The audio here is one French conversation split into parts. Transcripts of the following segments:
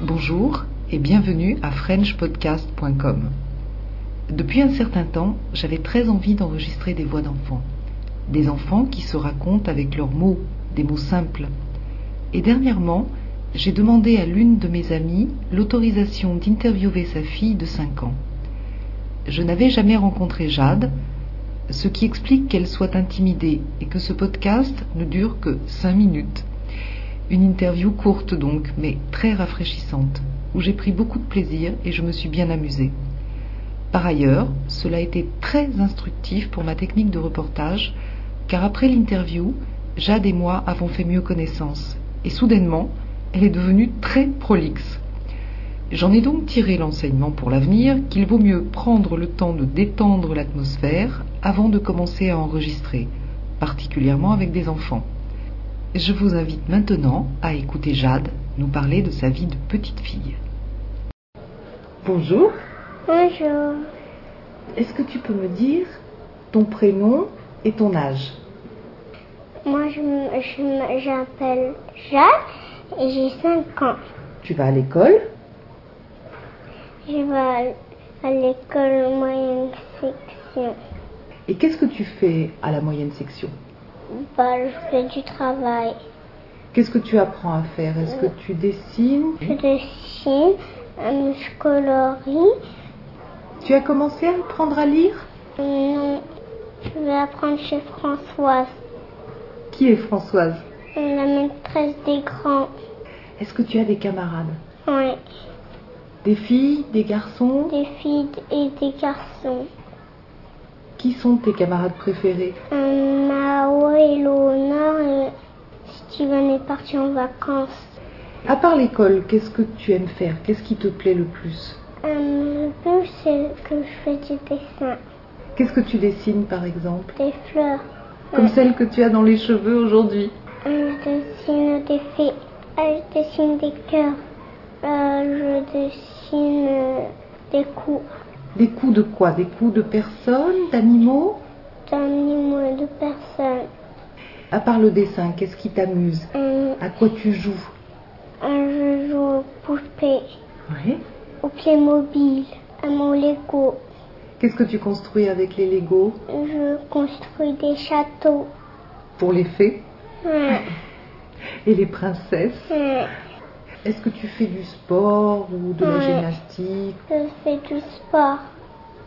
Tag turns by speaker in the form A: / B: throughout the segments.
A: Bonjour et bienvenue à FrenchPodcast.com. Depuis un certain temps, j'avais très envie d'enregistrer des voix d'enfants. Des enfants qui se racontent avec leurs mots, des mots simples. Et dernièrement, j'ai demandé à l'une de mes amies l'autorisation d'interviewer sa fille de 5 ans. Je n'avais jamais rencontré Jade, ce qui explique qu'elle soit intimidée et que ce podcast ne dure que 5 minutes. Une interview courte donc, mais très rafraîchissante, où j'ai pris beaucoup de plaisir et je me suis bien amusée. Par ailleurs, cela a été très instructif pour ma technique de reportage, car après l'interview, Jade et moi avons fait mieux connaissance, et soudainement, elle est devenue très prolixe. J'en ai donc tiré l'enseignement pour l'avenir qu'il vaut mieux prendre le temps de détendre l'atmosphère avant de commencer à enregistrer, particulièrement avec des enfants. Je vous invite maintenant à écouter Jade nous parler de sa vie de petite fille. Bonjour,
B: Bonjour.
A: est-ce que tu peux me dire ton prénom et ton âge
B: Moi, je m- je m- j'appelle Jacques et j'ai 5 ans.
A: Tu vas à l'école
B: Je vais à l'école moyenne section.
A: et qu'est-ce que tu fais à la moyenne section
B: Bah, je fais du travail.
A: Qu'est-ce que tu apprends à faire Est-ce que tu dessines
B: Je dessine, euh, je colorie.
A: Tu as commencé à apprendre à lire
B: Non, je vais apprendre chez Françoise,
A: Qui est Françoise
B: la maîtresse des grands.
A: Est-ce que tu as des camarades
B: Ouais,
A: Des filles, des garçons
B: des filles et des garçons.
A: Qui sont tes camarades préférés
B: Euh, Mao et Léonore et Steven est parti en vacances.
A: À part l'école, qu'est-ce que tu aimes faire Qu'est-ce qui te plaît le plus
B: Euh, le plus, c'est que je fais du dessin,
A: Qu'est-ce que tu dessines par exemple
B: des fleurs.
A: Comme celle que tu as dans les cheveux aujourd'hui.
B: Euh, je dessine des fées. Euh, je dessine des cœurs. Euh, je dessine euh, des coups
A: Des coups de quoi Des coups de personnes, d'animaux
B: d'animaux et de personnes.
A: À part le dessin, qu'est-ce qui t'amuse
B: Euh,
A: À quoi tu joues
B: euh, je joue aux poupées,
A: Oui.
B: aux pieds mobiles, à mon Lego.
A: Qu'est-ce que tu construis avec les Legos
B: Je construis des châteaux.
A: Pour les fées
B: Ouais,
A: et les princesses
B: ouais.
A: Est-ce que tu fais du sport ou de la
B: Ouais.
A: gymnastique
B: Je fais du sport.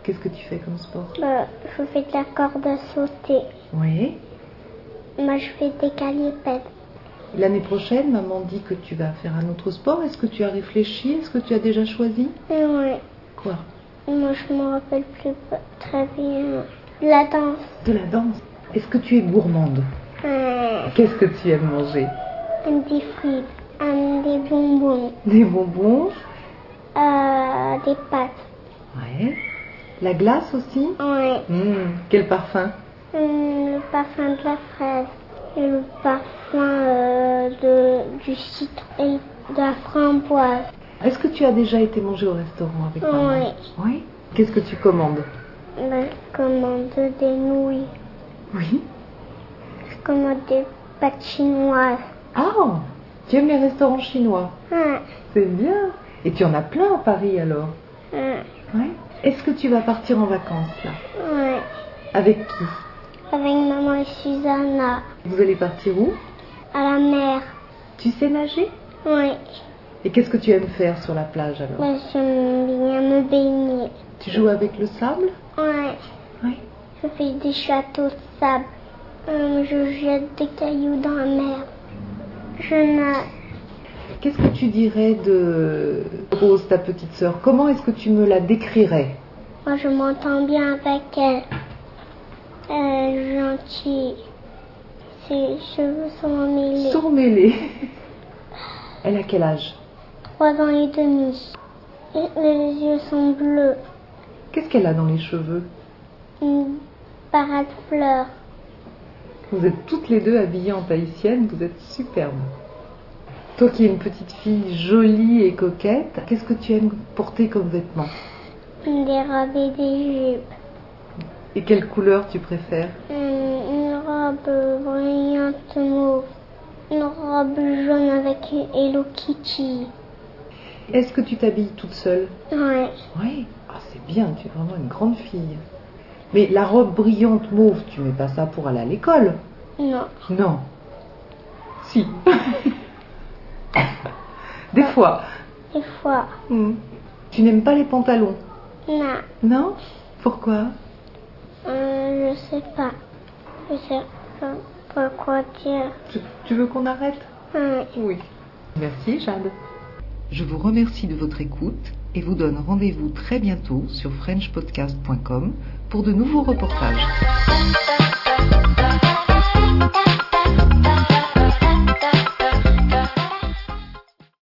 A: Qu'est-ce que tu fais comme sport
B: Euh, je fais de la corde à sauter.
A: Oui.
B: Moi, je fais des calipèdes.
A: L'année prochaine, maman dit que tu vas faire un autre sport. Est-ce que tu as réfléchi Est-ce que tu as déjà choisi
B: Mais ouais,
A: Quoi
B: moi je me rappelle plus pas très bien. La danse,
A: De la danse. Est-ce que tu es gourmande
B: euh,
A: Qu'est-ce que tu aimes manger
B: des fruits, euh, des bonbons,
A: Des bonbons
B: euh, des pâtes.
A: Ouais. La glace aussi
B: Ouais.
A: Hum, Quel parfum
B: Hum, le parfum de la fraise, et le parfum euh, de, du citron et de la framboise.
A: Est-ce que tu as déjà été manger au restaurant avec maman Oui. Qu'est-ce que tu commandes
B: Bah, je commande des nouilles,
A: Oui.
B: je commande des pâtes chinoises.
A: Ah Tu aimes les restaurants chinois
B: Ouais,
A: C'est bien. Et tu en as plein à Paris alors
B: ouais,
A: Oui. Est-ce que tu vas partir en vacances là
B: ouais.
A: Avec qui
B: Avec maman et Susanna,
A: Vous allez partir où
B: à la mer.
A: Tu sais nager
B: Ouais.
A: Et qu'est-ce que tu aimes faire sur la plage alors
B: Moi, j'aime bien me baigner.
A: Tu joues avec le sable
B: Ouais,
A: Oui.
B: je fais des châteaux de sable. Euh, je jette des cailloux dans la mer. Je nage.
A: Qu'est-ce que tu dirais de Rose, ta petite sœur Comment est-ce que tu me la décrirais
B: Moi, je m'entends bien avec elle. Elle est gentille. Ses cheveux sont emmêlés.
A: Sans mêler. Elle a quel âge
B: Trois ans et demi. Et les yeux sont bleus.
A: Qu'est-ce qu'elle a dans les cheveux
B: Une parade fleur.
A: Vous êtes toutes les deux habillées en tahitienne, vous êtes superbes. Toi qui es une petite fille jolie et coquette, qu'est-ce que tu aimes porter comme vêtements
B: Des robes et des jupes.
A: Et quelle couleur tu préfères
B: Euh, Une robe brillante mauve. Une robe jaune avec Hello Kitty.
A: Est-ce que tu t'habilles toute seule
B: Ouais.
A: Oui. Ah, c'est bien, tu es vraiment une grande fille. Mais la robe brillante mauve, tu mets pas ça pour aller à l'école
B: Non.
A: Non. Si. Des fois.
B: Des fois.
A: Hmm. Tu n'aimes pas les pantalons
B: Non.
A: Non Pourquoi
B: Euh, je sais pas. Je sais pas pourquoi dire.
A: tu, tu veux qu'on arrête
B: Ouais.
A: Oui. Merci Jade. Je vous remercie de votre écoute et vous donne rendez-vous très bientôt sur frenchpodcast.com pour de nouveaux reportages.
C: Thank you.